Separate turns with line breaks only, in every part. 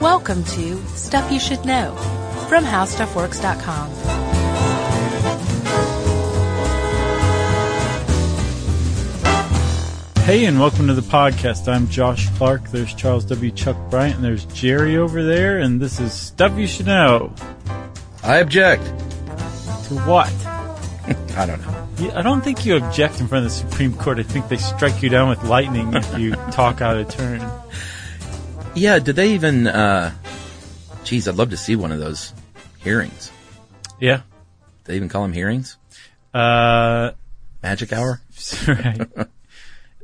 Welcome to Stuff You Should Know from HowStuffWorks.com.
Hey, and welcome to the podcast. I'm Josh Clark. There's Charles W. Chuck Bryant, and there's Jerry over there, and this is Stuff You Should Know.
I object.
To what?
I don't know.
You- I don't think you object in front of the Supreme Court. I think they strike you down with lightning if you talk out of turn.
Yeah, did they even? uh Geez, I'd love to see one of those hearings.
Yeah.
Do they even call them hearings?
Uh,
Magic hour?
right.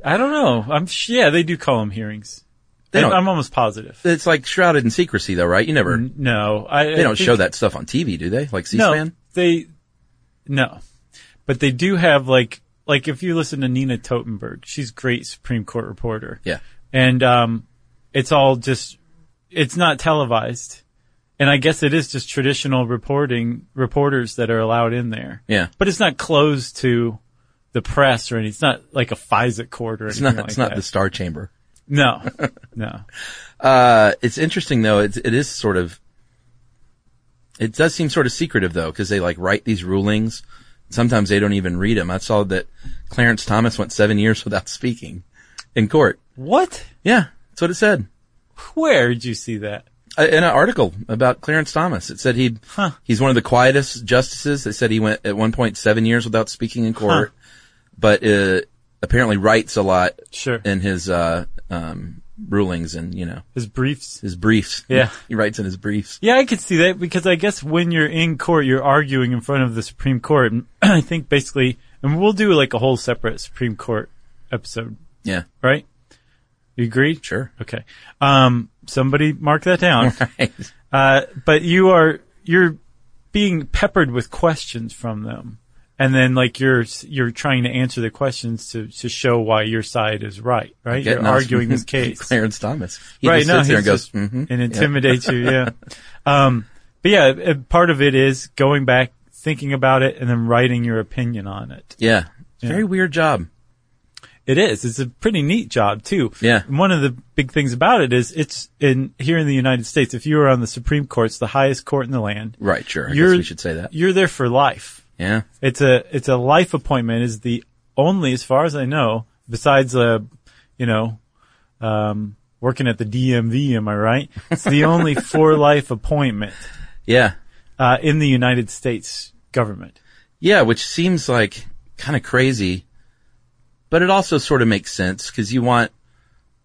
I don't know. I'm sh- yeah, they do call them hearings.
They don't-
I'm almost positive.
It's like shrouded in secrecy, though, right? You never.
No, I.
They don't show that stuff on TV, do they? Like C-SPAN.
No, they no, but they do have like like if you listen to Nina Totenberg, she's a great Supreme Court reporter.
Yeah.
and um, it's all just it's not televised, and I guess it is just traditional reporting reporters that are allowed in there.
Yeah.
but it's not closed to the press or anything. It's not like a FISA court or
It's
anything
not.
like
it's not
that.
the Star Chamber.
No, no.
Uh, it's interesting though. It's, it is sort of. It does seem sort of secretive though, because they like write these rulings. Sometimes they don't even read them. I saw that Clarence Thomas went seven years without speaking in court.
What?
Yeah, that's what it said.
Where did you see that?
Uh, in an article about Clarence Thomas. It said he
Huh.
he's one of the quietest justices. They said he went at one point seven years without speaking in court, but uh, apparently writes a lot
Sure.
in his uh, um, rulings and you know
His briefs.
his briefs.
Yeah.
he writes in his briefs.
Yeah, I could see that because I guess when you're in court, you're arguing in front of the Supreme Court. And I think basically, and we'll do like a whole separate Supreme Court episode,
Yeah,
right? You agree?
sure.
Okay. Um, somebody mark that down.
Right.
Uh, but you are, you're being peppered with questions from them. And then like you're, you're trying to answer the questions to, to show why your side is right, right? You're
Getting us-
arguing this case.
Clarence Thomas. He
right,
just
no,
sits there and
he's
goes,
just-
"Mhm."
and intimidates you. Yeah. Um, but yeah, uh, part of it is going back, thinking about it, and then writing your opinion on it.
yeah. Very weird job.
It is. It's a pretty neat job too.
Yeah.
And one of the big things about it is it's in here in the United States. If you are on the Supreme Court, it's the highest court in the land.
Right, sure. I
You're-
guess we should say that.
You're there for life.
Yeah.
It's a it's a life appointment. Is the only, as far as I know, besides uh, you know, um, working at the DMV. Am I right? It's the only for life appointment
Yeah.
uh, in the United States government.
Yeah, which seems like kind of crazy, but it also sort of makes sense because you want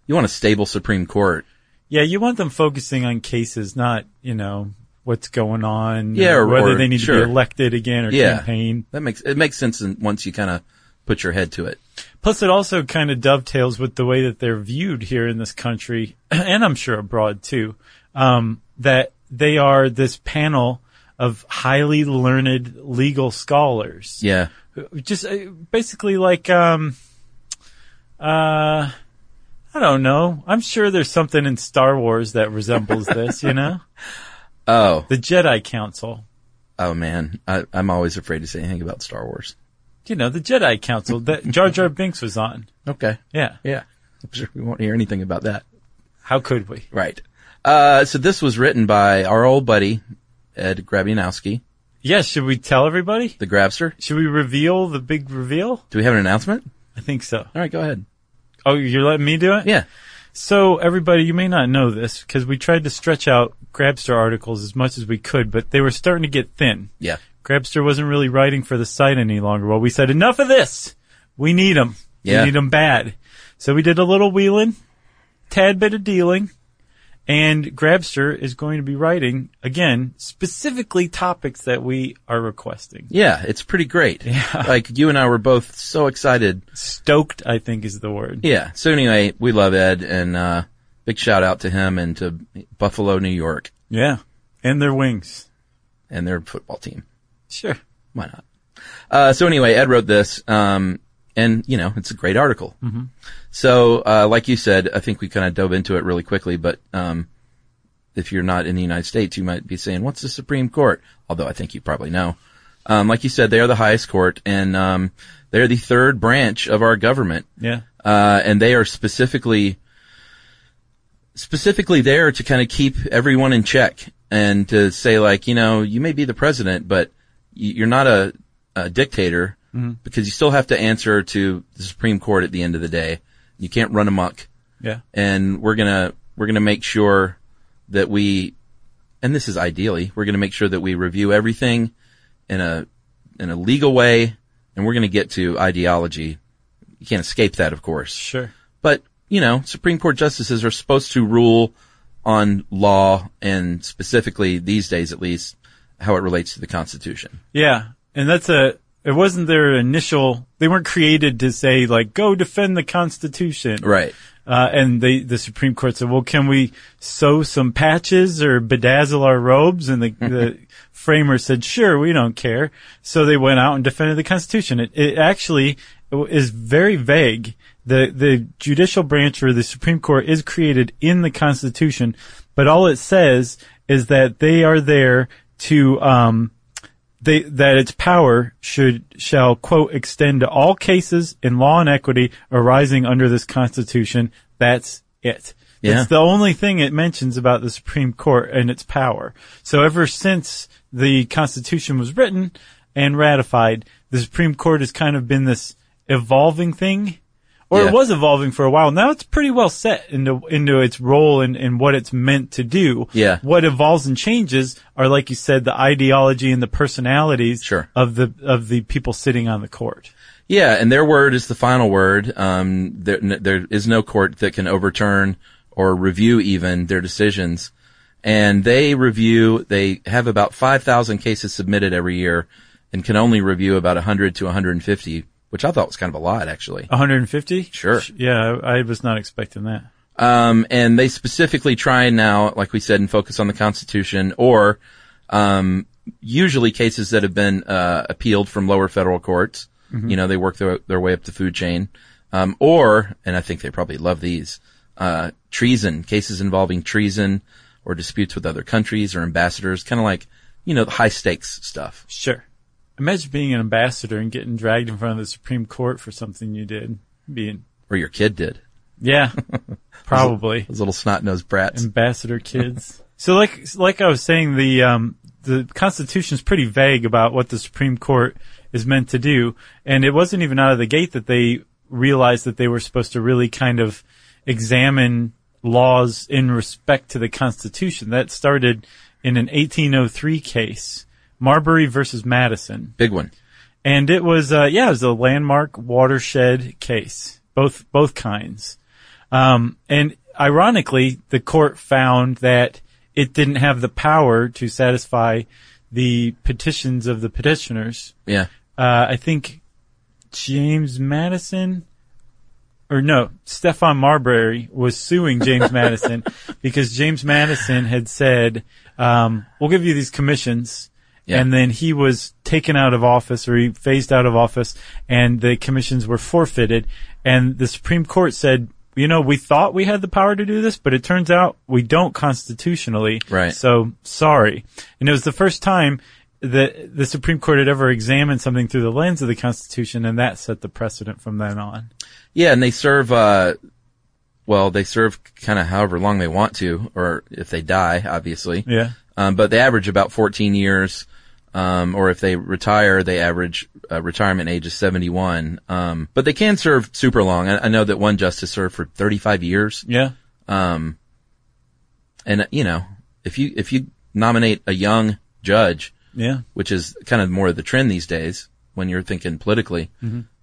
you want a stable Supreme Court.
Yeah, you want them focusing on cases, not you know what's going on.
Yeah, or-
whether
or-
they need
sure.
to be elected again or
Yeah.
campaign.
That makes it makes sense in, once you kind of put your head to it.
Plus, it also kind of dovetails with the way that they're viewed here in this country, and I'm sure abroad too, um, that they are this panel of highly learned legal scholars.
Yeah,
Just uh, basically like, um, uh, I don't know. I'm sure there's something in Star Wars that resembles this, you know?
Oh,
The Jedi Council.
oh man, I, I'm always afraid to say anything about Star Wars.
You know, the Jedi Council that Jar Jar Binks was on.
Okay,
Yeah.
yeah, I'm sure we won't hear anything about that.
How could we?
Right. Uh, so this was written by our old buddy Ed Grabianowski,
Yes, should we tell everybody?
the Grabster.
Should we reveal the big reveal?
Do we have an announcement?
I think so.
All right, go ahead.
Oh, you're letting me do it?
Yeah,
So everybody, you may not know this because we tried to stretch out Grabster articles as much as we could, but they were starting to get thin.
yeah,
Grabster wasn't really writing for the site any longer. Well, we said enough of this. We need them.
Yeah.
We need them bad. So we did a little wheeling, tad bit of dealing, and Grabster is going to be writing again specifically topics that we are requesting.
yeah. It's pretty great. Like you and I were both so excited
Stoked, I think, is the word.
Yeah. So anyway, we love Ed and, uh, big shout out to him and to Buffalo, New York
Yeah, and their wings.
and their football team.
Sure.
Why not? Uh, so anyway, Ed wrote this, um, and you know, it's a great article. Mm-hmm. So, uh, like you said, I think we kind of dove into it really quickly, but, um, if you're not in the United States, you might be saying, what's the Supreme Court? Although I think you probably know. Um, like you said, they are the highest court and, um, they're the third branch of our government.
Yeah.
uh, and they are specifically specifically there to kind of keep everyone in check and to say like, you know, you may be the president, but y- you're not a, a dictator because you still have to answer to the Supreme Court at the end of the day. You can't run amok
Yeah.
and we're gonna we're gonna make sure that we and this is ideally we're gonna make sure that we review everything in a in a legal way and we're gonna get to ideology you can't escape that of course
Sure.
but you know supreme court justices are supposed to rule on law and specifically these days at least how it relates to the constitution
Yeah, and that's a. It wasn't their initial. They weren't created to say like, "Go defend the Constitution,"
right
Uh, and they, the Supreme Court said, "Well, can we sew some patches or bedazzle our robes?" And the, the framer said, "Sure, we don't care." So they went out and defended the Constitution. It, it actually is very vague. The the judicial branch or the Supreme Court is created in the Constitution, but all it says is that they are there to um, they, that its power should shall quote extend to all cases in law and equity arising under this constitution. That's it.
Yeah.
It's the only thing it mentions about the Supreme Court and its power. So ever since the Constitution was written and ratified, the Supreme Court has kind of been this evolving thing, or
Yeah.
it was evolving for a while. Now it's pretty well set into into its role and, and what it's meant to do.
Yeah.
What evolves and changes are, like you said, the ideology and the personalities
Sure.
of the of the people sitting on the court.
Yeah, and their word is the final word. Um, there, n- there is no court that can overturn or review even their decisions. And they review, they have about 5,000 cases submitted every year and can only review about 100 to 150, which I thought was kind of a lot actually.
150.
Sure.
Yeah, I, I was not expecting that.
Um, and they specifically try now, like we said, and focus on the Constitution or, um, usually cases that have been, uh, appealed from lower federal courts. You know, they work their, their way up the food chain. Um, or, and I think they probably love these, uh, treason, cases involving treason or disputes with other countries or ambassadors, kind of like, you know, the high stakes stuff.
Sure. Imagine being an ambassador and getting dragged in front of the Supreme Court for something you did. Being
Or your kid did.
yeah, probably.
Those little snot-nosed brats.
ambassador kids. so like like I was saying, the um, the Constitution is pretty vague about what the Supreme Court is meant to do, and it wasn't even out of the gate that they realized that they were supposed to really kind of examine laws in respect to the Constitution. That started in an 1803 case, Marbury versus Madison.
Big one.
And it was, uh, yeah, it was a landmark watershed case, both, both kinds. Um, and ironically, the court found that it didn't have the power to satisfy the petitions of the petitioners.
Yeah.
Uh, I think James Madison, or no, Stefan Marbury was suing James Madison because James Madison had said, um, we'll give you these commissions.
Yeah.
And then he was taken out of office or he phased out of office and the commissions were forfeited. And the Supreme Court said, you know, we thought we had the power to do this, but it turns out we don't constitutionally.
Right.
So sorry. And it was the first time that the Supreme Court had ever examined something through the lens of the Constitution, and that set the precedent from then on.
Yeah, and they serve, uh, well, they serve kind of however long they want to, or if they die, obviously.
Yeah.
Um, but they average about 14 years, um, or if they retire, they average uh, retirement age is 71. Um, but they can serve super long. I, I know that one justice served for 35 years,
Yeah.
Um, and uh, you know, if you if you nominate a young judge,
Yeah.
which is kind of more of the trend these days when you're thinking politically,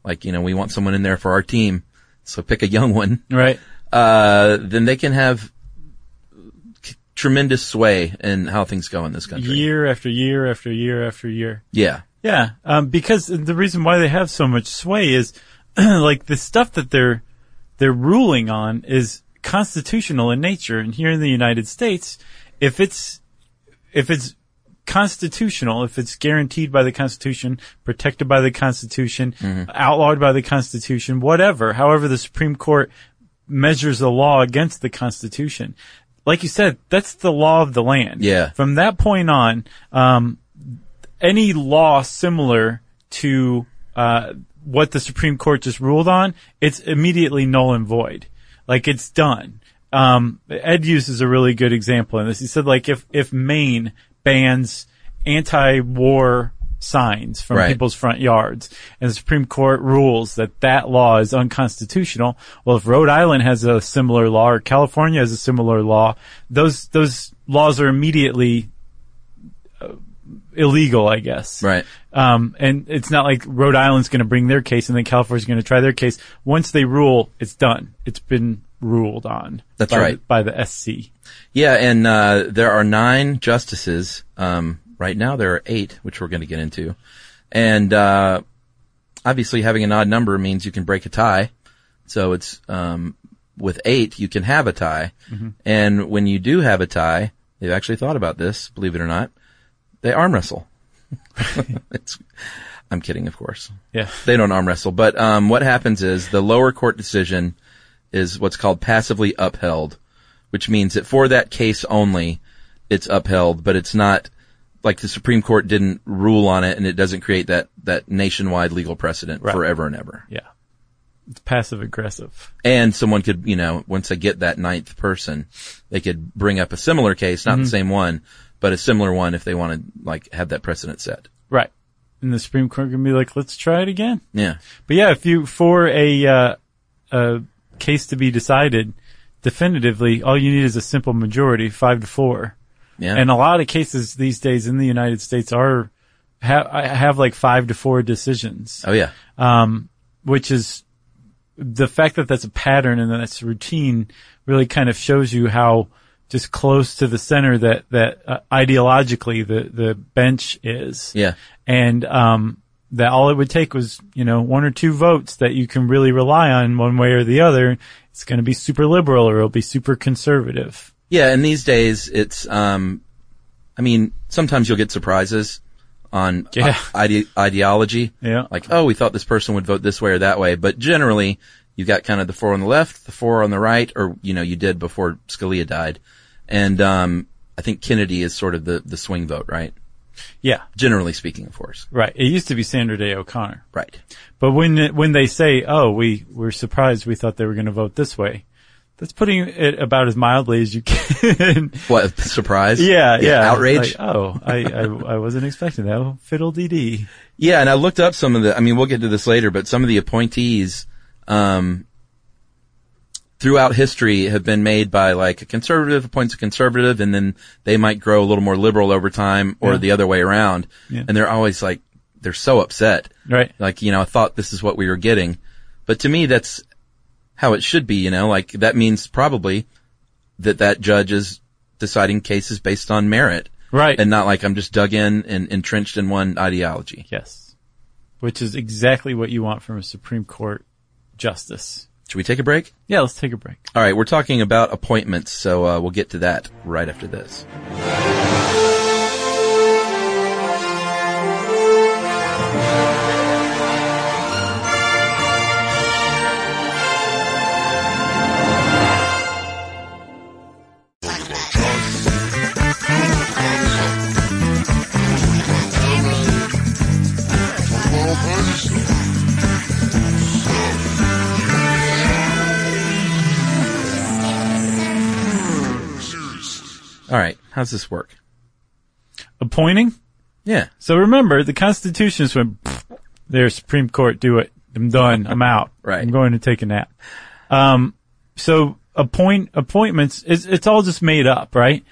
like you know, we want someone in there for our team, so pick a young one.
Right.
uh, then they can have c- tremendous sway in how things go in this country.
Year after year after year after year.
Yeah.
Yeah, um, because the reason why they have so much sway is like the stuff that they're they're ruling on is constitutional in nature, and here in the United States, if it's if it's constitutional, if it's guaranteed by the Constitution, protected by the Constitution, outlawed by the Constitution, whatever, however the Supreme Court measures the law against the Constitution. Like you said, that's the law of the land.
Yeah.
From that point on, um, any law similar to uh, what the Supreme Court just ruled on, it's immediately null and void. Like it's done. um, Ed uses a really good example in this. He said, like, if, if Maine bans anti-war signs from
Right.
people's front yards and the Supreme Court rules that that law is unconstitutional, well, if Rhode Island has a similar law or California has a similar law, those, those laws are immediately uh, illegal, I guess.
Right.
Um, and it's not like Rhode Island's going to bring their case and then California's going to try their case. Once they rule, it's done. It's been ruled on.
That's
by
right.
The, by the SC.
Yeah, and uh, there are nine justices. Um, right now, there are eight, which we're going to get into. And uh, obviously, having an odd number means you can break a tie. So it's um, with eight, you can have a tie. And when you do have a tie, they've actually thought about this, believe it or not. They arm wrestle. it's, I'm kidding, of course
Yeah.
they don't arm wrestle. But um, what happens is the lower court decision is what's called passively upheld, which means that for that case only, it's upheld, but it's not like the Supreme Court didn't rule on it, and it doesn't create that that nationwide legal precedent
Right.
forever and ever.
Yeah. It's passive aggressive.
And someone could, you know, once they get that ninth person, they could bring up a similar case, not
Mm-hmm.
the same one, but a similar one if they want to like have that precedent set.
Right. And the Supreme Court can be like, let's try it again.
Yeah.
But yeah, if you, for a, uh, a case to be decided definitively, all you need is a simple majority, five to four.
Yeah.
And a lot of cases these days in the United States are, have, have like five to four decisions.
oh yeah.
which is the fact that that's a pattern and that that's routine really kind of shows you how just close to the center that that uh, ideologically the the bench is
Yeah.
and um that all it would take was you know one or two votes that you can really rely on one way or the other it's going to be super liberal or it'll be super conservative
Yeah, and these days it's, um, I mean, sometimes you'll get surprises on
Yeah.
i- ide- ideology.
Yeah.
Like, oh, we thought this person would vote this way or that way, but generally you got kind of the four on the left, the four on the right, or, you know, you did before Scalia died. And, um, I think Kennedy is sort of the, the swing vote, right?
yeah
Generally speaking, of course.
right it used to be Sandra Day O'Connor
Right.
But when when they say, "Oh, we were surprised. We thought they were going to vote this way," that's putting it about as mildly as you can.
What, surprise?
yeah, yeah.
Outrage?
Like, oh, I, I I wasn't expecting that. Oh, Fiddle-dee-dee.
Yeah, and I looked up some of the. I mean, we'll get to this later, but some of the appointees um, throughout history have been made by like a conservative appoints a conservative, and then they might grow a little more liberal over time, or
Yeah.
the other way around.
Yeah.
And they're always like, they're so upset.
Right.
Like, you know, I thought this is what we were getting, but to me, that's how it should be. You know, like that means probably that that judge is deciding cases based on merit,
Right.
and not like I'm just dug in and entrenched in one ideology.
yes, which is exactly what you want from a Supreme Court justice.
Should we take a break?
Yeah, let's take a break.
All right, we're talking about appointments, so uh, we'll get to that right after this. All right, how's this work?
Appointing.
Yeah,
So remember, the Constitution just went, "Pfft, there, Supreme Court, do it. I'm done. I'm out.
Right.
I'm going to take a nap. Um, so appoint, appointments, it's, it's all just made up, right?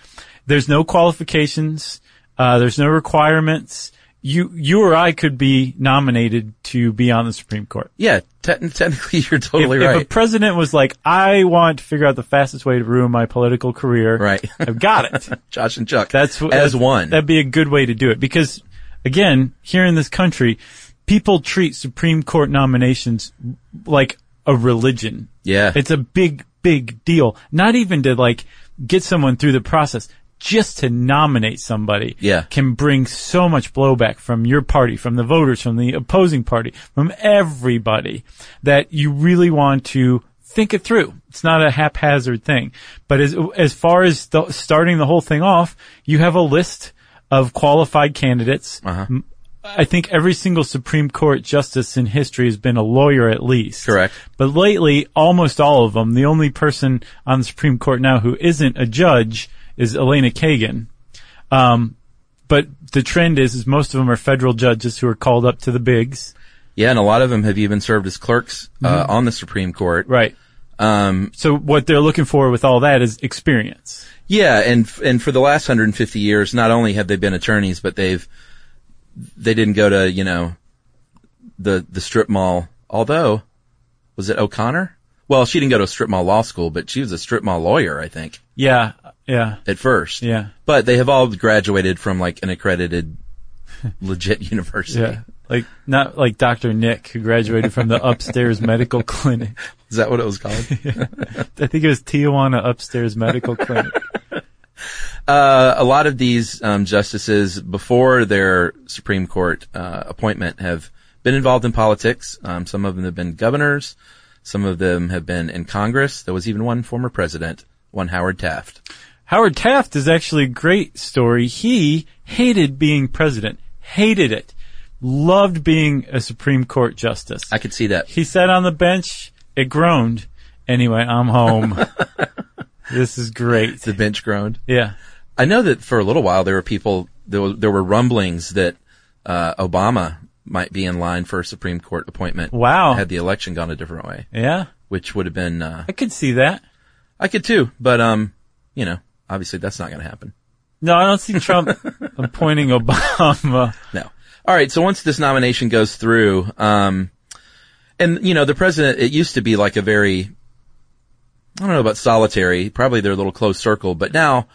There's no qualifications. Uh, there's no requirements. You, you or I could be nominated to be on the Supreme Court.
yeah. Te- technically, you're totally
if, if
right.
a president was like, I want to figure out the fastest way to ruin my political career.
Right.
I've got it.
Josh and Chuck.
That's what-
as
that-
one.
That'd be a good way to do it because, again, here in this country, people treat Supreme Court nominations like a religion.
Yeah.
it's a big, big deal. Not even to like get someone through the process. Just to nominate somebody
Yeah.
can bring so much blowback from your party, from the voters, from the opposing party, from everybody that you really want to think it through. It's not a haphazard thing. But as, as far as th- starting the whole thing off, you have a list of qualified candidates. m- I think every single Supreme Court justice in history has been a lawyer at least.
Correct.
But lately, almost all of them, the only person on the Supreme Court now who isn't a judge is Elena Kagan. Um, but the trend is, is most of them are federal judges who are called up to the bigs.
Yeah, and a lot of them have even served as clerks uh, on the Supreme Court.
Mm-hmm. Right.
Um,
So what they're looking for with all that is experience.
yeah, and f- and for the last 150 years, not only have they been attorneys, but they've they didn't go to you know the the strip mall. Although, was it O'Connor? Well, she didn't go to a strip mall law school, but she was a strip mall lawyer, I think,
Yeah. Yeah.
at first.
Yeah.
But they have all graduated from like an accredited, legit university.
Yeah. Like, not like Dr. Nick, who graduated from the upstairs medical clinic.
Is that what it was called?
I think it was Tijuana upstairs medical clinic.
uh, a lot of these um, justices before their Supreme Court uh, appointment have been involved in politics. Um, some of them have been governors. Some of them have been in Congress. There was even one former president, one Howard Taft.
Howard Taft is actually a great story. He hated being president, hated it, loved being a Supreme Court justice.
I could see that.
he sat on the bench, it groaned. Anyway, I'm home. this is great.
The bench groaned.
Yeah.
I know that for a little while there were people, there, were- there were rumblings that uh, Obama might be in line for a Supreme Court appointment.
Wow.
Had the election gone a different way,
Yeah.
which would have been, uh,
I could see that.
I could too, but, um, you know, obviously that's not going to happen.
No, I don't see Trump appointing Obama.
No. All right. So once this nomination goes through, um, and you know, the president, it used to be like a very, I don't know about solitary, probably their little close circle, but now,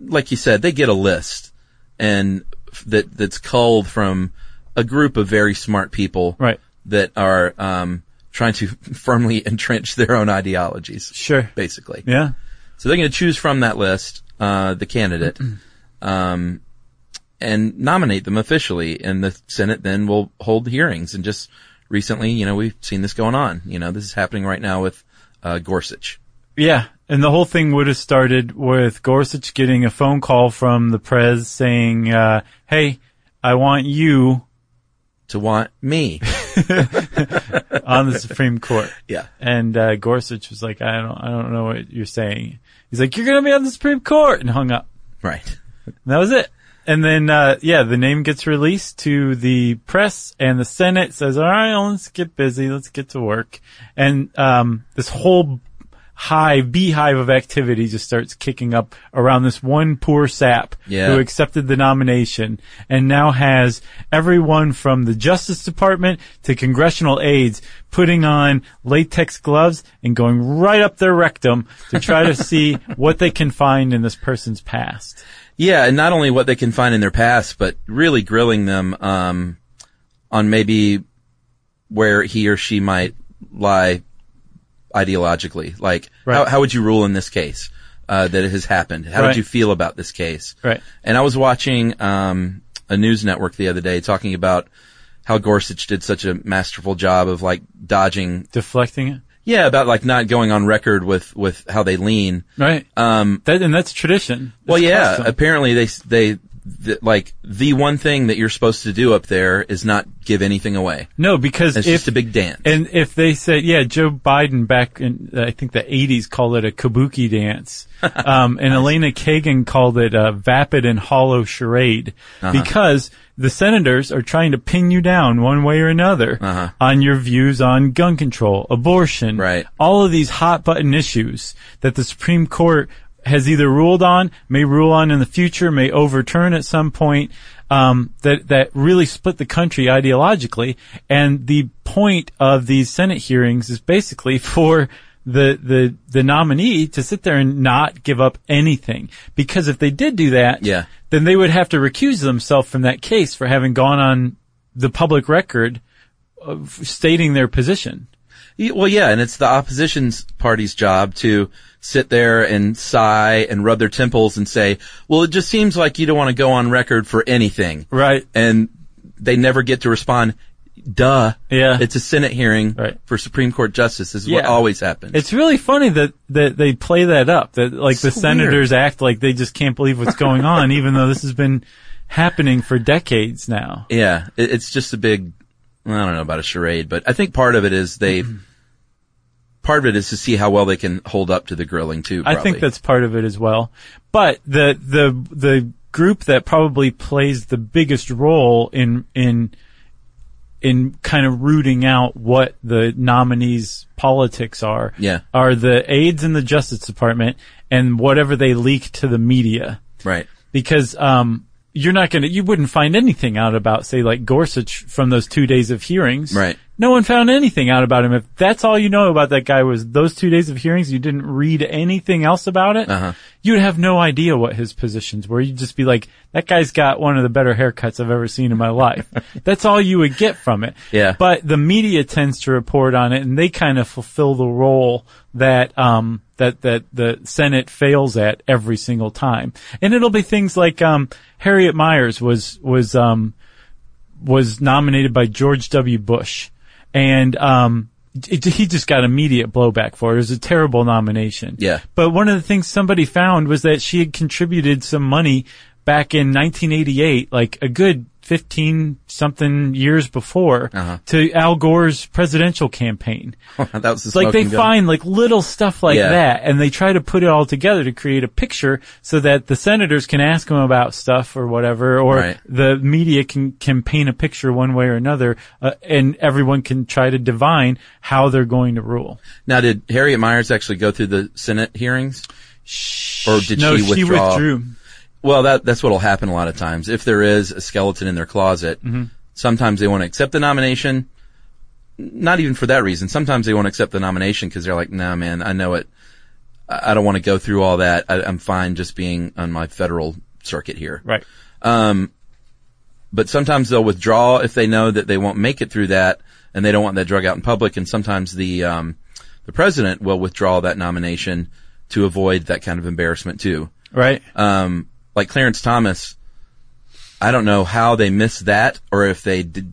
like you said, they get a list and f- that, that's culled from a group of very smart people
Right.
that are, um, trying to firmly entrench their own ideologies.
Sure.
Basically.
Yeah.
So they're going to choose from that list uh, the candidate, um, and nominate them officially. And the Senate then will hold hearings. And just recently, you know, we've seen this going on. You know, this is happening right now with uh, Gorsuch.
Yeah, and the whole thing would have started with Gorsuch getting a phone call from the prez saying, uh, "Hey, I want you
To want me,
on the Supreme Court."
yeah,
And uh, Gorsuch was like, "I don't, I don't know what you're saying." He's like, "You're gonna be on the Supreme Court," and hung up.
right.
And that was it. And then, uh, yeah, the name gets released to the press and the Senate says, all right, well, let's get busy. Let's get to work. And, um, this whole hive, beehive of activity just starts kicking up around this one poor sap
Yeah.
who accepted the nomination and now has everyone from the Justice Department to congressional aides putting on latex gloves and going right up their rectum to try to see what they can find in this person's past.
Yeah, and not only what they can find in their past, but really grilling them um, on maybe where he or she might lie ideologically. Like,
Right.
how, how would you rule in this case uh, that it has happened? How
Right.
would you feel about this case?
Right.
And I was watching um, a news network the other day talking about how Gorsuch did such a masterful job of like dodging,
deflecting it.
yeah, about like not going on record with with how they lean.
Right.
Um,
that, and that's tradition.
well,
It's
yeah.
custom.
Apparently, they they th- like the one thing that you're supposed to do up there is not give anything away.
no, because
It's
if,
just a big dance.
and if they said, yeah, Joe Biden back in, uh, I think the 80s called it a kabuki dance. Um, and Elena Kagan called it a vapid and hollow charade
Uh-huh.
because the senators are trying to pin you down one way or another on your views on gun control, abortion,
Uh-huh. Right.
all of these hot button issues that the Supreme Court has either ruled on, may rule on in the future, may overturn at some point, um, that, that really split the country ideologically. And the point of these Senate hearings is basically for the, the, the nominee to sit there and not give up anything. Because if they did do that,
Yeah.
then they would have to recuse themselves from that case for having gone on the public record of stating their position.
Y- E, well, yeah, and it's the opposition's party's job to sit there and sigh and rub their temples and say, "Well, it just seems like you don't want to go on record for anything."
Right.
And they never get to respond. Duh.
Yeah.
It's a Senate hearing
Right.
for Supreme Court justice. This is what
Yeah.
always happens.
It's really funny that, that they play that up, that like the
So
senators act like they just can't believe what's going on, even though this has been happening for decades now.
Yeah, it, it's just a big. I don't know about a charade, but I think part of it is they.
Mm-hmm.
part of it is to see how well they can hold up to the grilling too. Probably.
I think that's part of it as well. But the the the group that probably plays the biggest role in in in kind of rooting out what the nominees' politics are
Yeah.
are the aides in the Justice Department and whatever they leak to the media
right.
because um, you're not gonna you wouldn't find anything out about say like Gorsuch from those two days of hearings.
Right.
No one found anything out about him. If that's all you know about that guy was those two days of hearings, you didn't read anything else about it.
Uh-huh.
You'd have no idea what his positions were. You'd just be like, that guy's got one of the better haircuts I've ever seen in my life. that's all you would get from it.
Yeah.
But the media tends to report on it, and they kind of fulfill the role that um, that that the Senate fails at every single time. And it'll be things like um, Harriet Myers was was um, was nominated by George W. Bush, and um, it, he just got immediate blowback for it. It was a terrible nomination.
Yeah.
But one of the things somebody found was that she had contributed some money back in 1988, like a good 15 something years before, to Al Gore's presidential campaign.
that was the
It's like they
smoking gun.
find like little stuff like
Yeah.
that and they try to put it all together to create a picture so that the senators can ask them about stuff or whatever or
Right.
the media can, can paint a picture one way or another uh, and everyone can try to divine how they're going to rule.
Now, did Harriet Myers actually go through the Senate hearings? Or did
no,
she
she
withdraw?
withdrew.
Well, that, that's what'll happen a lot of times. If there is a skeleton in their closet,
Mm-hmm.
sometimes they want to accept the nomination. Not even for that reason. Sometimes they want to accept the nomination because they're like, nah, man, I know it. I, I don't want to go through all that. I, I'm fine just being on my federal circuit here.
Right.
But sometimes they'll withdraw if they know that they won't make it through that and they don't want that drug out in public. And sometimes the, um, the president will withdraw that nomination to avoid that kind of embarrassment too
Right.
um, like Clarence Thomas, I don't know how they missed that or if they did,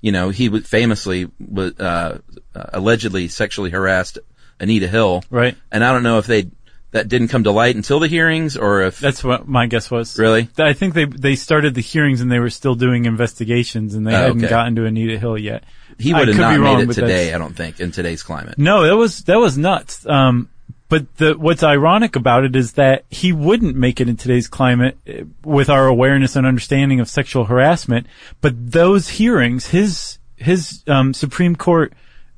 you know, he wa- famously was, uh, allegedly sexually harassed Anita Hill.
Right.
And I don't know if they, that didn't come to light until the hearings or if,
That's what my guess was.
Really?
I think they they started the hearings and they were still doing investigations and they
Oh,
hadn't
okay.
gotten to Anita Hill yet.
he
I
would have
could be
not
wrong,
made it
but that's-
today, I don't think, in today's climate.
No, that was that was nuts. Um, but the, what's ironic about it is that he wouldn't make it in today's climate eh, with our awareness and understanding of sexual harassment. But those hearings, his his um, Supreme Court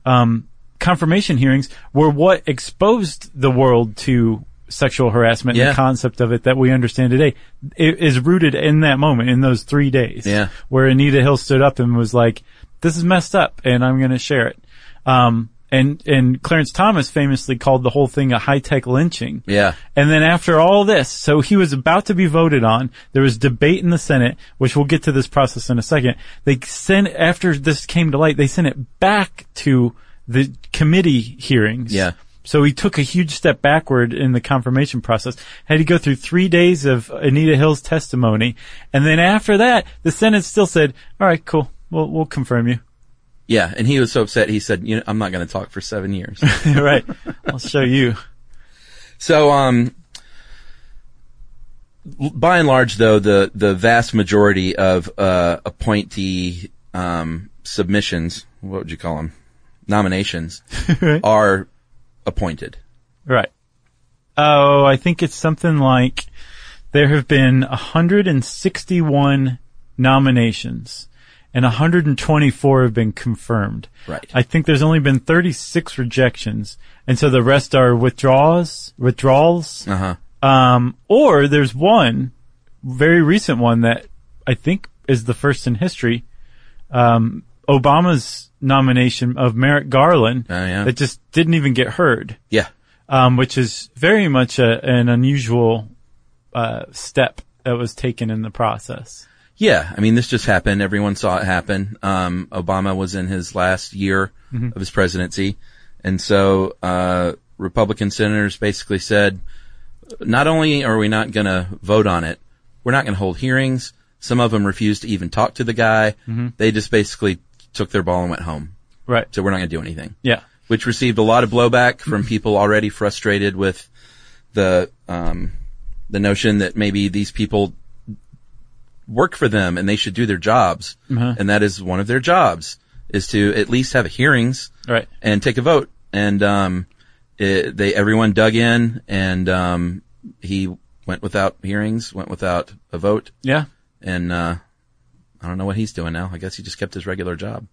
um, confirmation hearings, were what exposed the world to sexual harassment. And
Yeah.
the concept of it that we understand today i- is rooted in that moment, in those three days
Yeah.
where Anita Hill stood up and was like, "This is messed up, and I'm going to share it." Um, and and Clarence Thomas famously called the whole thing a high tech lynching.
Yeah.
And then after all this, so he was about to be voted on. There was debate in the Senate, which we'll get to this process in a second. They sent after this came to light, they sent it back to the committee hearings.
Yeah.
So he took a huge step backward in the confirmation process. Had to go through three days of Anita Hill's testimony, and then after that, the Senate still said, "All right, cool, we'll we'll confirm you."
Yeah. And he was so upset. He said, you know, I'm not going to talk for seven years.
right? I'll show you.
So, um, l- by and large, though, the, the vast majority of uh, appointee um, submissions, what would you call them? Nominations
Right.
are appointed.
Right. Oh, I think it's something like there have been 161 nominations and 124 have been confirmed.
Right.
I think there's only been 36 rejections. And so the rest are withdrawals, withdrawals.
Uh huh.
Um, or there's one very recent one that I think is the first in history. Um, Obama's nomination of Merrick Garland
Oh, yeah.
that just didn't even get heard
Yeah.
um, which is very much a, an unusual uh, step that was taken in the process.
Yeah. I mean, this just happened. Everyone saw it happen. Um, Obama was in his last year of his presidency. And so, uh, Republican senators basically said, not only are we not going to vote on it, we're not going to hold hearings. Some of them refused to even talk to the guy. They just basically took their ball and went home.
Right.
So we're not going to do anything,
Yeah.
which received a lot of blowback from people already frustrated with the, um, the notion that maybe these people work for them and they should do their jobs. And that is one of their jobs is to at least have hearings
Right.
and take a vote. And um, it, they everyone dug in, and um, he went without hearings, went without a vote,
Yeah.
and uh, I don't know what he's doing now. I guess he just kept his regular job.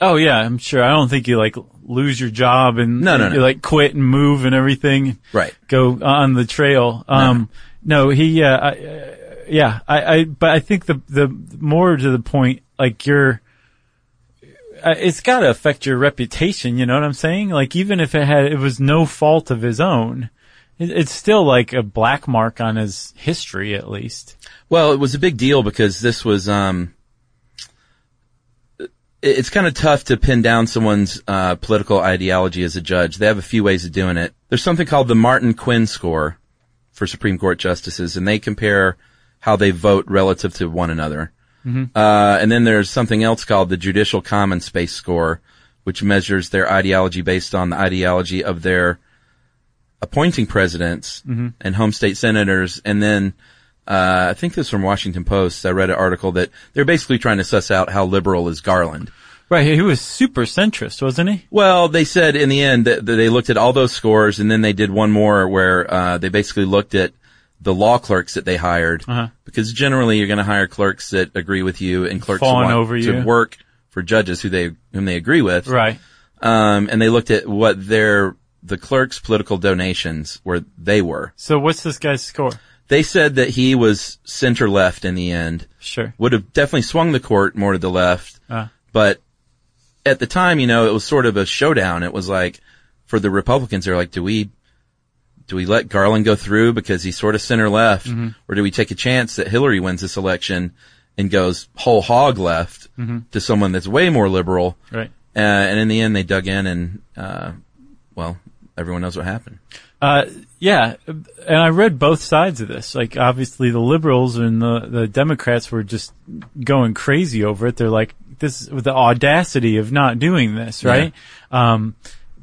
Oh yeah, I'm sure. I don't think you like lose your job and
No, no, no.
you like quit and move and everything.
Right.
Go on the trail. Um, no, he, uh, I, uh, yeah, I, I, but I think the, the more to the point, like your, uh, it's got to affect your reputation. You know what I'm saying? Like even if it had, it was no fault of his own, it, it's still like a black mark on his history at least.
Well, it was a big deal because this was. Um, it- it's kind of tough to pin down someone's uh, political ideology as a judge. They have a few ways of doing it. There's something called the Martin Quinn score for Supreme Court justices, and they compare how they vote relative to one another. Uh, and then there's something else called the Judicial Common Space score, which measures their ideology based on the ideology of their appointing presidents and home state senators. And then uh, I think this was from Washington Post. I read an article that they're basically trying to suss out how liberal is Garland.
Right. He was super centrist, wasn't he?
Well, they said in the end that, that they looked at all those scores, and then they did one more where uh, they basically looked at the law clerks that they hired
Uh-huh.
because generally you're going to hire clerks that agree with you and clerks who
Fawn
want
over
to
you.
work for judges who they whom they agree with.
Right.
Um, and they looked at what their the clerks' political donations where they were.
So what's this guy's score?
They said that he was center left in the end.
Sure.
would have definitely swung the court more to the left.
Uh.
But at the time, you know, it was sort of a showdown. It was like for the Republicans, they're like, do we, do we let Garland go through because he's sort of center left or do we take a chance that Hillary wins this election and goes whole hog left to someone that's way more liberal?
Right.
Uh, and in the end, they dug in and, uh, well, everyone knows what happened.
Uh, yeah, and I read both sides of this. Like, obviously, the liberals and the, the Democrats were just going crazy over it. They're like, this with the audacity of not doing this, right? Um,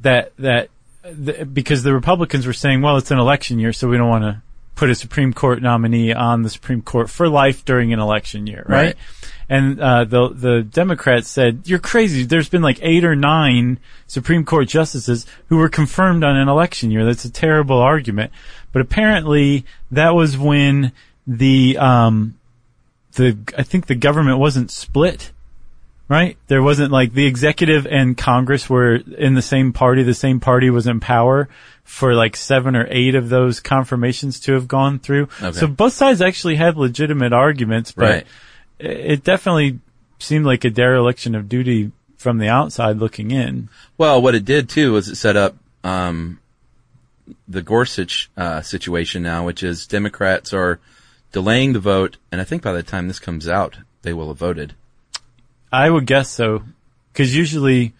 that that the, because the Republicans were saying, well, it's an election year, so we don't want to put a Supreme Court nominee on the Supreme Court for life during an election year, right?
Right.
And uh, the the Democrats said, "You're crazy." There's been like eight or nine Supreme Court justices who were confirmed on an election year. That's a terrible argument. But apparently, that was when the um, the I think the government wasn't split right? There wasn't like the executive and Congress were in the same party. The same party was in power for like seven or eight of those confirmations to have gone through.
Okay.
So both sides actually had legitimate arguments, but
Right.
it- it definitely seemed like a dereliction of duty from the outside looking in.
Well, what it did too was it set up um, the Gorsuch uh, situation now, which is Democrats are delaying the vote, and I think by the time this comes out, they will have voted.
I would guess so, because usually,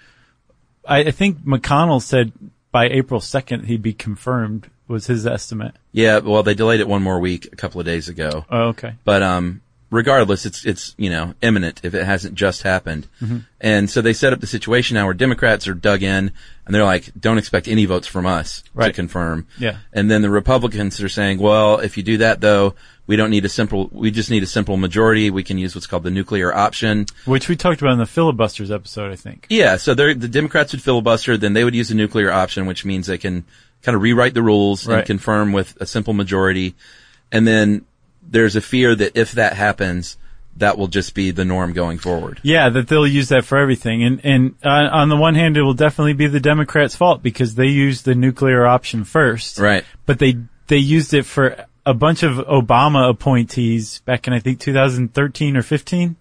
I, I think McConnell said by April second he'd be confirmed was his estimate.
Yeah, well, they delayed it one more week a couple of days ago,
Oh, okay.
but um, regardless, it's it's you know imminent if it hasn't just happened,
Mm-hmm.
and so they set up the situation now where Democrats are dug in and they're like, don't expect any votes from us to
Right.
confirm.
Yeah.
And then the Republicans are saying, well, if you do that though, we don't need a simple, we just need a simple majority. We can use what's called the nuclear option.
Which we talked about in the filibusters episode, I think.
Yeah. So they're, the Democrats would filibuster, then they would use a nuclear option, which means they can kind of rewrite the rules and
Right.
confirm with a simple majority. And then there's a fear that if that happens, that will just be the norm going forward.
Yeah, that they'll use that for everything. And and uh, on the one hand, it will definitely be the Democrats' fault because they used the nuclear option first.
Right.
But they they used it for a bunch of Obama appointees back in I think 2013 or 15,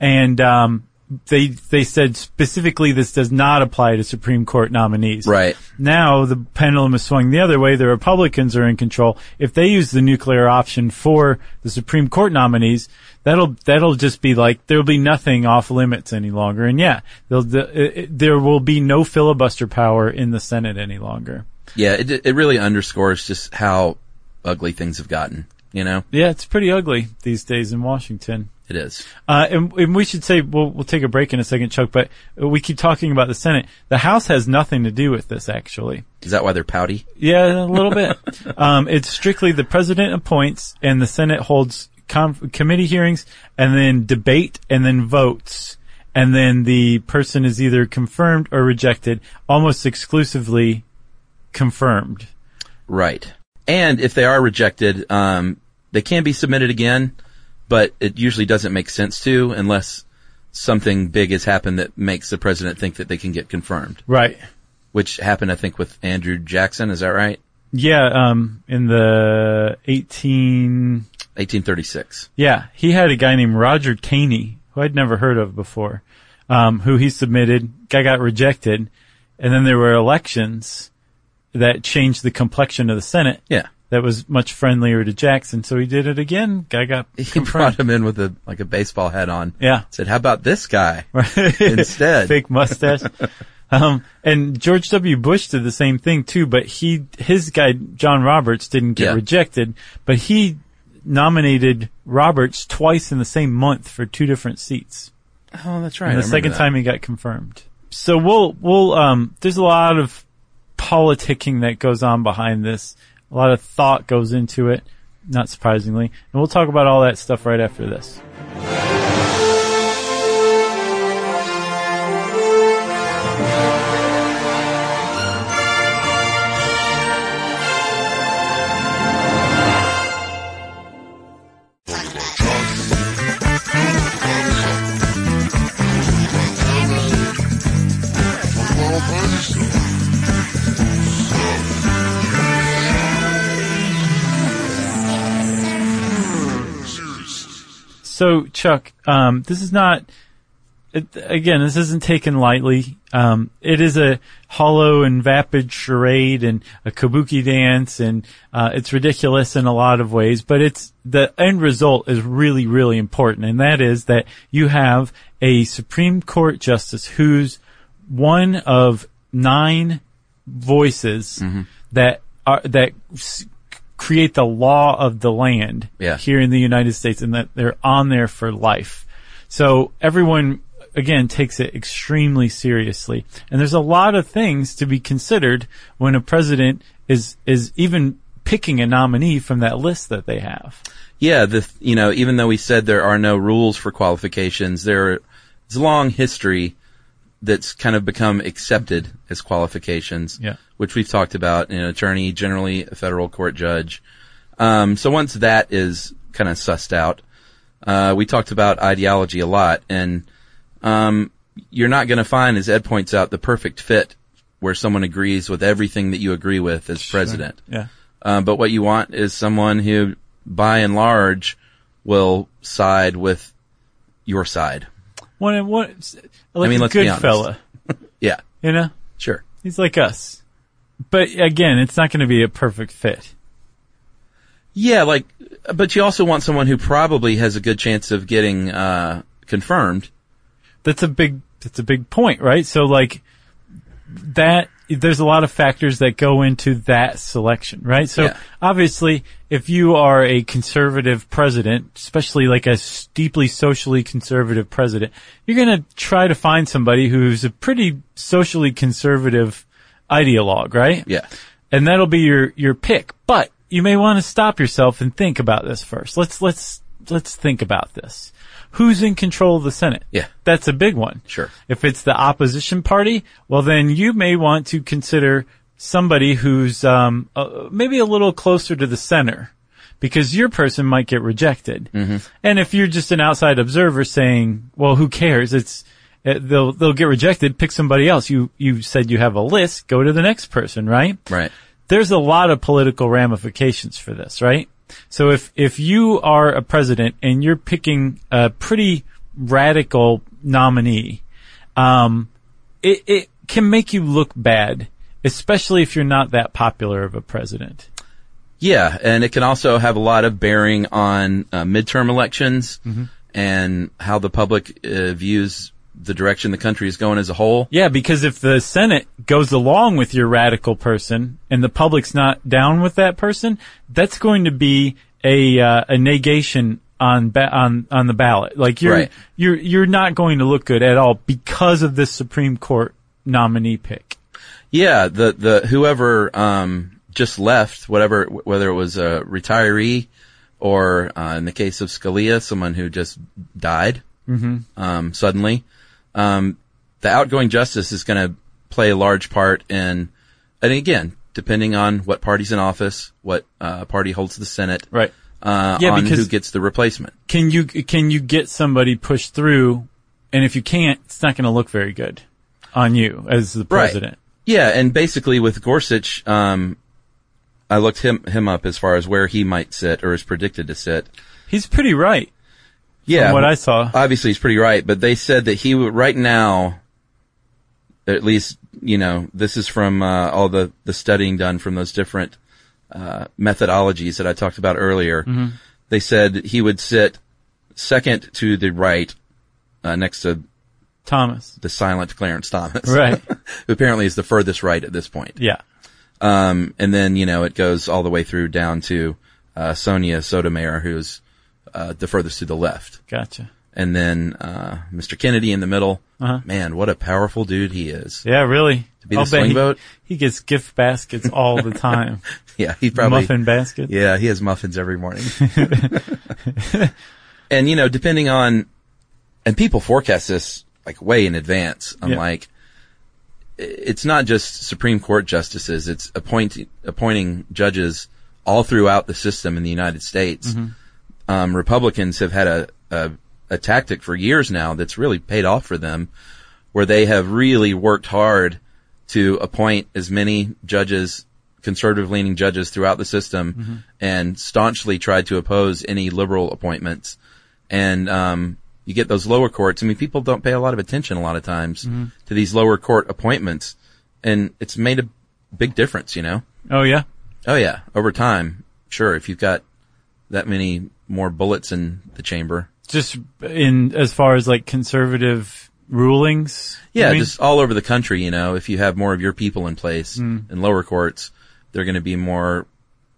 and um, they they said specifically this does not apply to Supreme Court nominees.
Right.
Now the pendulum is swung the other way. The Republicans are in control. If they use the nuclear option for the Supreme Court nominees, that'll that'll just be like there'll be nothing off limits any longer. And yeah, they'll, the, it, there will be no filibuster power in the Senate any longer.
Yeah. It, it really underscores just how ugly things have gotten. You know,
Yeah, it's pretty ugly these days in Washington.
it is.
Uh, and, and we should say we'll we'll take a break in a second, Chuck. But we keep talking about the Senate. The House has nothing to do with this actually.
Is that why they're pouty?
Yeah, a little bit. um, it's strictly the president appoints and the Senate holds com- committee hearings and then debate and then votes. And then the person is either confirmed or rejected, almost exclusively confirmed.
Right. And if they are rejected, um, they can be submitted again, but it usually doesn't make sense to unless something big has happened that makes the president think that they can get confirmed,
Right.
which happened, I think, with Andrew Jackson. Is that right?
Yeah. Um, in the 18,
1836.
Yeah, he had a guy named Roger Caney, who I'd never heard of before, um, who he submitted. Guy got rejected, and then there were elections that changed the complexion of the Senate.
Yeah.
That was much friendlier to Jackson, so he did it again. Guy got
He
confirmed.
brought him in with a, like a baseball hat on.
Yeah.
Said, how about this guy?
instead. Fake mustache. um, and George W. Bush did the same thing too, but he, his guy, John Roberts, didn't get
Yeah.
rejected, but he nominated Roberts twice in the same month for two different seats.
Oh, that's right.
And
I
the second
remember that.
time he got confirmed. So we'll, we'll, um, there's a lot of politicking that goes on behind this. A lot of thought goes into it, not surprisingly. And we'll talk about all that stuff right after this. So, Chuck, um, this is not. It, again, this isn't taken lightly. Um, it is a hollow and vapid charade and a kabuki dance, and uh, it's ridiculous in a lot of ways. But it's the end result is really, really important, and that is that you have a Supreme Court justice who's one of nine voices
Mm-hmm.
that are that s- create the law of the land
Yeah.
here in the United States and that they're on there for life. So everyone again takes it extremely seriously. And there's a lot of things to be considered when a president is is even picking a nominee from that list that they have.
Yeah, the you know, even though we said there are no rules for qualifications, there is a long history that's kind of become accepted as qualifications,
Yeah.
which we've talked about. An attorney, generally a federal court judge. Um, so once that is kind of sussed out, uh, we talked about ideology a lot, and um, you're not going to find, as Ed points out, the perfect fit where someone agrees with everything that you agree with as president.
Yeah.
Uh, but what you want is someone who, by and large, will side with your side.
What what like
I mean,
a
let's be
good
honest.
fella,
Yeah,
you know?
sure.
He's like us. But again, it's not going to be a perfect fit.
Yeah, like, but you also want someone who probably has a good chance of getting uh, confirmed.
that's a big that's a big point, right? So like that there's a lot of factors that go into that selection, right? So
Yeah.
obviously, if you are a conservative president, especially like a s- deeply socially conservative president, you're going to try to find somebody who's a pretty socially conservative ideologue, right?
Yeah,
and that'll be your your pick. But you may want to stop yourself and think about this first. Let's let's let's think about this. Who's in control of the Senate?
Yeah.
that's a big one.
Sure.
If it's the opposition party, well, then you may want to consider somebody who's um, uh, maybe a little closer to the center. Because your person might get rejected,
Mm-hmm.
and if you're just an outside observer saying, "Well, who cares? It's uh, they'll they'll get rejected. Pick somebody else." You you said you have a list. Go to the next person, right?
right.
there's a lot of political ramifications for this, right? So if, if you are a president and you're picking a pretty radical nominee, um, it, it can make you look bad, especially if you're not that popular of a president.
Yeah, and it can also have a lot of bearing on uh, midterm elections and how the public uh, views the direction the country is going as a whole.
Yeah, because if the Senate goes along with your radical person and the public's not down with that person, that's going to be a uh, a negation on ba- on on the ballot. Like you're
Right.
you're you're not going to look good at all because of this Supreme Court nominee pick.
Yeah, the the whoever um just left, whatever whether it was a retiree or uh, in the case of Scalia, someone who just died
Mm-hmm.
um, suddenly. Um, the outgoing justice is going to play a large part in, and again, depending on what party's in office, what uh, party holds the Senate,
Right.
uh,
Yeah,
on
because-
who gets the replacement.
Can you can you get somebody pushed through? And if you can't, it's not going to look very good on you as the president.
Yeah, and basically with Gorsuch, um, I looked him him up as far as where he might sit or is predicted to sit.
He's pretty right.
Yeah,
From what I saw.
obviously he's pretty right, but they said that he would right now, at least you know this is from uh, all the the studying done from those different uh, methodologies that I talked about earlier.
Mm-hmm.
They said he would sit second to the right, uh, next to
Thomas.
the silent Clarence Thomas,
Right.
who apparently is the furthest right at this point.
Yeah.
Um, and then, you know, it goes all the way through down to, uh, Sonia Sotomayor, who's, uh, the furthest to the left.
Gotcha.
And then, uh, Mr. Kennedy in the middle. Man, what a powerful dude he is.
Uh-huh. Yeah, really. To
be the swing
he,
vote?
He gets gift baskets all the time.
Yeah, he probably,
Muffin basket.
yeah, he has muffins every morning. and, you know, depending on, and people forecast this like way in advance. I'm
Yeah.
like, i- it's not just Supreme Court justices, it's appointing, appointing judges all throughout the system in the United States.
Mm-hmm.
um, Republicans have had a, a a tactic for years now that's really paid off for them, where they have really worked hard to appoint as many judges, conservative leaning judges throughout the system, and staunchly tried to oppose any liberal appointments. And um, you get those lower courts. I mean, people don't pay a lot of attention a lot of times to these lower court appointments, and it's made a big difference, you know.
Oh yeah.
Oh yeah, over time, sure. If you've got that many more bullets in the chamber,
Just in as far as like conservative rulings. you
yeah,
mean?
just all over the country, you know, if you have more of your people in place
Hmm.
in lower courts, there are going to be more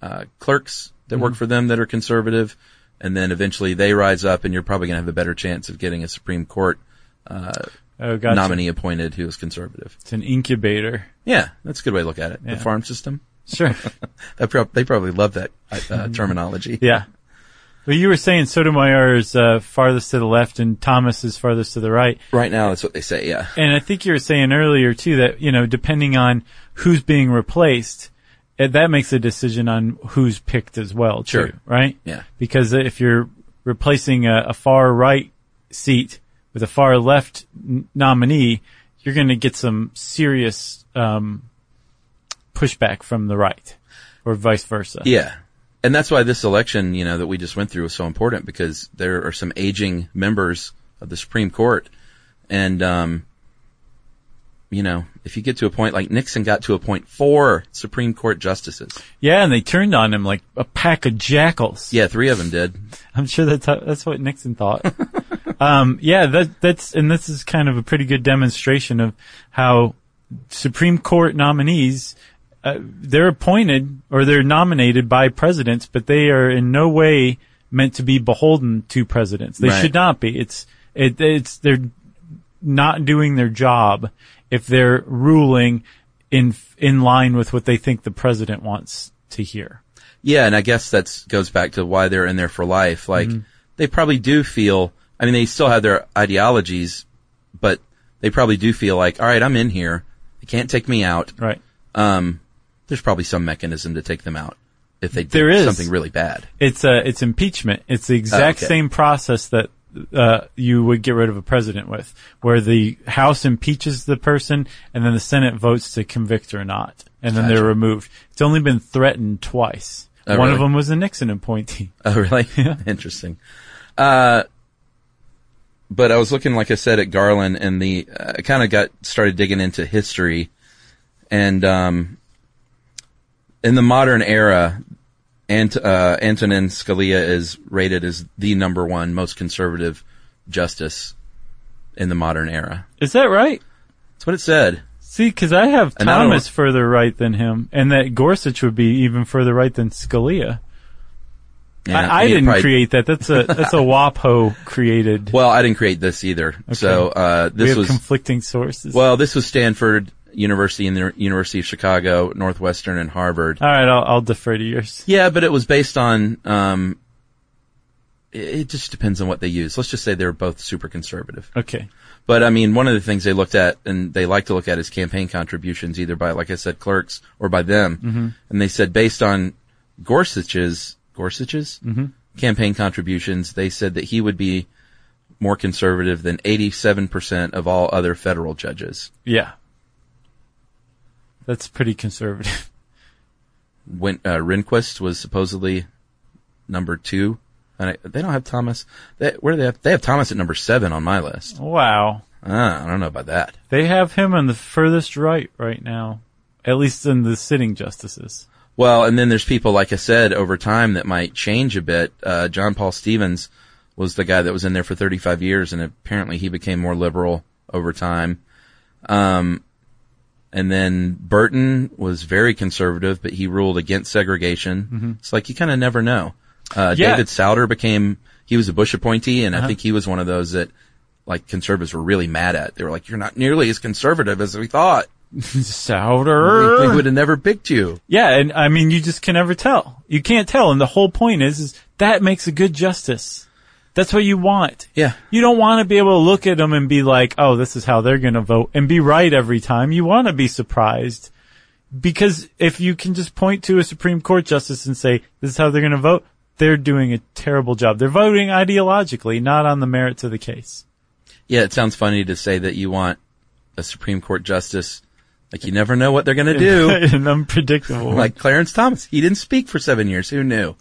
uh, clerks that work
Hmm.
for them that are conservative, and then eventually they rise up, and you're probably going to have a better chance of getting a Supreme Court
oh, gotcha.
nominee appointed who is conservative.
It's an incubator.
Yeah, that's a good way to look at it.
Yeah.
The farm system.
Sure.
That prob- they probably love that uh, terminology.
yeah. Well, you were saying Sotomayor is uh, farthest to the left and Thomas is farthest to the right.
Right now, that's what they say. Yeah.
And I think you were saying earlier too that, you know, depending on who's being replaced, eh, that makes a decision on who's picked as well. too,
Sure.
right?
Yeah.
Because if you're replacing a, a far right seat with a far left n- nominee, you're going to get some serious um, pushback from the right, or vice versa.
Yeah. And that's why this election, you know, that we just went through was so important because there are some aging members of the Supreme Court. And, um, you know, if you get to a point like Nixon got to appoint four Supreme Court justices.
Yeah, and they turned on him like a pack of jackals.
Yeah, three of them did.
I'm sure that's how, that's what Nixon thought. um, yeah, that that's and this is kind of a pretty good demonstration of how Supreme Court nominees uh, they're appointed or they're nominated by presidents, but they are in no way meant to be beholden to presidents. They
Right.
should not be. It's it, it's they're not doing their job if they're ruling in in line with what they think the president wants to hear.
Yeah, and I guess that's goes back to why they're in there for life. Like they probably do feel. I mean, they still have their ideologies, but they probably do feel like, all right, I'm in here. They can't take me out.
Right.
um, there's probably some mechanism to take them out if they did
There is.
something really bad.
It's uh, it's impeachment. It's the exact
Oh, okay.
same process that uh, you would get rid of a president with, where the House impeaches the person, and then the Senate votes to convict or not, and then they're
Gotcha.
removed. It's only been threatened twice.
Oh,
One of
really?
them was a Nixon appointee.
Oh, really? Interesting. Uh, but I was looking, like I said, at Garland and the, uh, I kind of got started digging into history and, um, in the modern era, Ant, uh, Antonin Scalia is rated as the number one most conservative justice in the modern era.
Is that right?
That's what it said.
See, because I have
And I don't-
Thomas further right than him, and that Gorsuch would be even further right than Scalia.
Yeah,
I, I
mean, it
didn't
probably-
create that. That's a that's a WAPO created.
Well, I didn't create this either. So uh,
we
this
have
was
conflicting sources.
well, this was Stanford University and the University of Chicago,
Uh,
Northwestern, and Harvard.
All right, I'll, I'll defer to yours.
Yeah, but it was based on um, it it just depends on what they use. Let's just say they're both super conservative.
Okay.
But I mean, one of the things they looked at and they like to look at is campaign contributions, either by, like I said, clerks or by them. And they said based on Gorsuch's, Gorsuch's campaign contributions, they said that he would be more conservative than 87% of all other federal judges
Yeah. That's pretty conservative.
when uh, Rehnquist was supposedly number two. And I, they don't have Thomas. They, where do they have? They have Thomas at number seven on my list.
Wow.
Ah, I don't know about that.
They have him on the furthest right right now, at least in the sitting justices.
Well, and then there's people, like I said, over time that might change a bit. Uh, John Paul Stevens was the guy that was in there for 35 years, and apparently he became more liberal over time. Um, and then Burton was very conservative, but he ruled against segregation. It's like you kind of never know. Uh,
Yeah.
David Souter became, he was a Bush appointee, and I think he was one of those that like conservatives were really mad at. They were like, you're not nearly as conservative as we thought. We,
Souter.
would have never picked you.
Yeah, and I mean, you just can never tell. You can't tell, and the whole point is, is that makes a good justice. That's what you want.
Yeah.
You don't want to be able to look at them and be like, oh, this is how they're going to vote and be right every time. You want to be surprised because if you can just point to a Supreme Court justice and say, this is how they're going to vote, they're doing a terrible job. They're voting ideologically, not on the merits of the case.
Yeah, it sounds funny to say that you want a Supreme Court justice. Like you never know what they're gonna do.
An unpredictable.
like Clarence Thomas, he didn't speak for seven years. Who knew?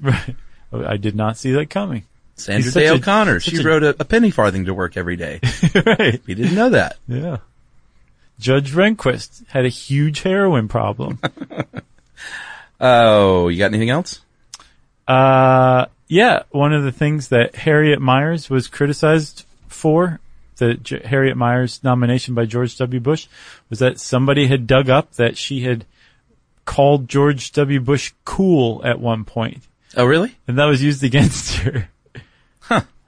Oh, I did not see that coming.
Sandra
He's such
Day
a-
O'Connor,
such
she
a-
rode a, a penny farthing to work every day.
right.
We didn't know that.
Yeah. Judge Rehnquist had a huge heroin problem.
Oh, you got anything else?
uh, yeah, one of the things that Harriet Myers was criticized for, the J- Harriet Myers nomination by George W. Bush, was that somebody had dug up that she had called George W. Bush cool at one point,
Oh, really?
and that was used against her.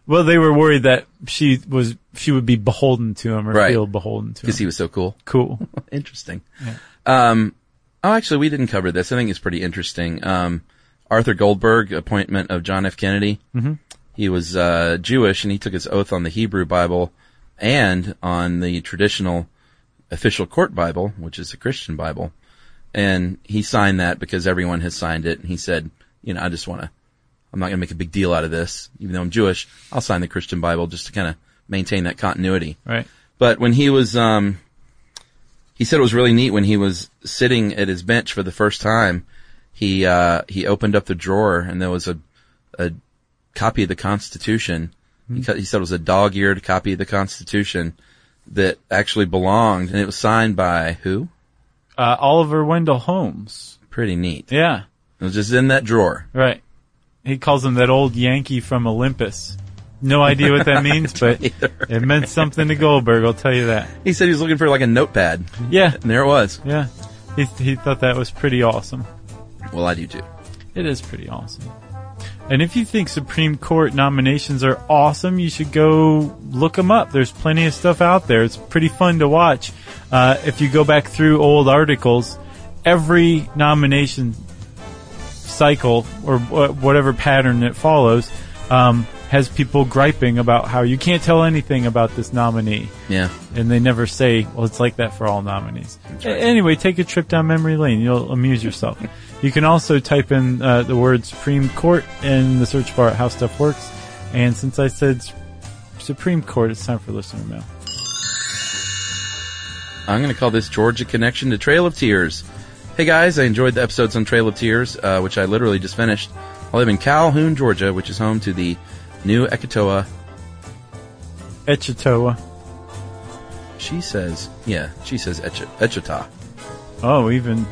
Well, they were worried that she was she would be beholden to him or
Right.
feel beholden to him.
Because he was so cool.
cool.
Interesting. Um, oh, actually, we didn't cover this. I think it's pretty interesting. Um, Arthur Goldberg, appointment of John F. Kennedy. Mm-hmm. He was uh, Jewish, and he took his oath on the Hebrew Bible and on the traditional official court Bible, which is a Christian Bible. And he signed that because everyone has signed it. And he said, you know, I just want to, I'm not going to make a big deal out of this, even though I'm Jewish. I'll sign the Christian Bible just to kind of maintain that continuity.
right.
But when he was, um, he said it was really neat when he was sitting at his bench for the first time. He uh, he opened up the drawer and there was a a copy of the Constitution. He, cut- he said it was a dog-eared copy of the Constitution that actually belonged, and it was signed by who?
Uh, Oliver Wendell Holmes.
Pretty neat.
Yeah.
It was just in that drawer.
Right. He calls him that old Yankee from Olympus. No idea what that means, but it meant something to Goldberg, I'll tell you that.
He said he was looking for like a notepad,
Yeah,
and there it was.
yeah. He, he thought that was pretty awesome.
Well, I do too.
It is pretty awesome. And if you think Supreme Court nominations are awesome, you should go look them up. There's plenty of stuff out there. It's pretty fun to watch. Uh, if you go back through old articles, every nomination cycle or wh- whatever pattern it follows um, has people griping about how you can't tell anything about this nominee.
Yeah.
And they never say, well, it's like that for all nominees. A- Anyway, take a trip down memory lane. You'll amuse yourself. you can also type in uh, the word Supreme Court in the search bar at How Stuff Works. And since I said s- Supreme Court, it's time for listener mail.
I'm going to call this Georgia Connection to Trail of Tears. Hey guys, I enjoyed the episodes on Trail of Tears, uh, which I literally just finished. I live in Calhoun, Georgia, which is home to the new Ekatoa.
Etchitoa.
She says, yeah, she says Etch- Echeta.
Oh, even,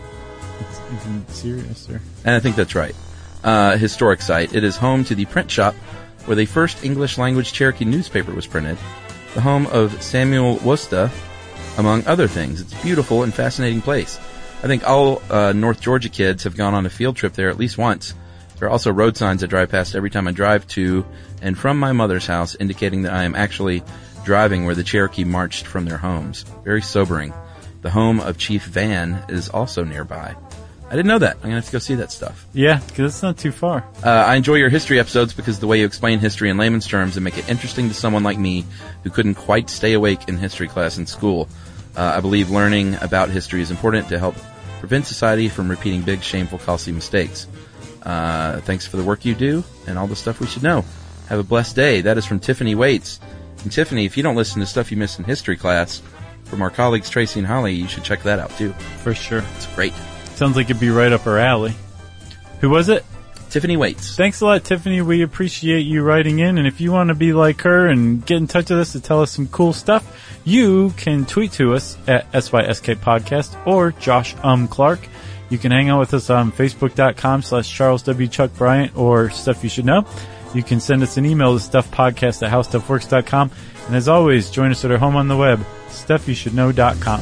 it's even seriouser.
and I think that's right. Uh, historic site. It is home to the print shop where the first English language Cherokee newspaper was printed, the home of Samuel Wusta, among other things. It's a beautiful and fascinating place. I think all uh, North Georgia kids have gone on a field trip there at least once. There are also road signs I drive past every time I drive to and from my mother's house, indicating that I am actually driving where the Cherokee marched from their homes. Very sobering. The home of Chief Van is also nearby. I didn't know that. I'm gonna have to go see that stuff.
Yeah, because it's not too far.
Uh, I enjoy your history episodes because of the way you explain history in layman's terms and make it interesting to someone like me who couldn't quite stay awake in history class in school. Uh, I believe learning about history is important to help prevent society from repeating big, shameful, costly mistakes. Uh, thanks for the work you do and all the stuff we should know. Have a blessed day. That is from Tiffany Waits. And Tiffany, if you don't listen to stuff you missed in history class from our colleagues Tracy and Holly, you should check that out too.
For sure.
It's great.
Sounds like it'd be right up our alley. Who was it?
Tiffany Waits.
Thanks a lot, Tiffany. We appreciate you writing in. And if you want to be like her and get in touch with us to tell us some cool stuff, you can tweet to us at SYSK Podcast or Josh Um Clark. You can hang out with us on Facebook.com slash Charles W. Chuck Bryant or Stuff You Should Know. You can send us an email to stuffpodcast at howstuffworks.com. And as always, join us at our home on the web, stuffyoushouldknow.com.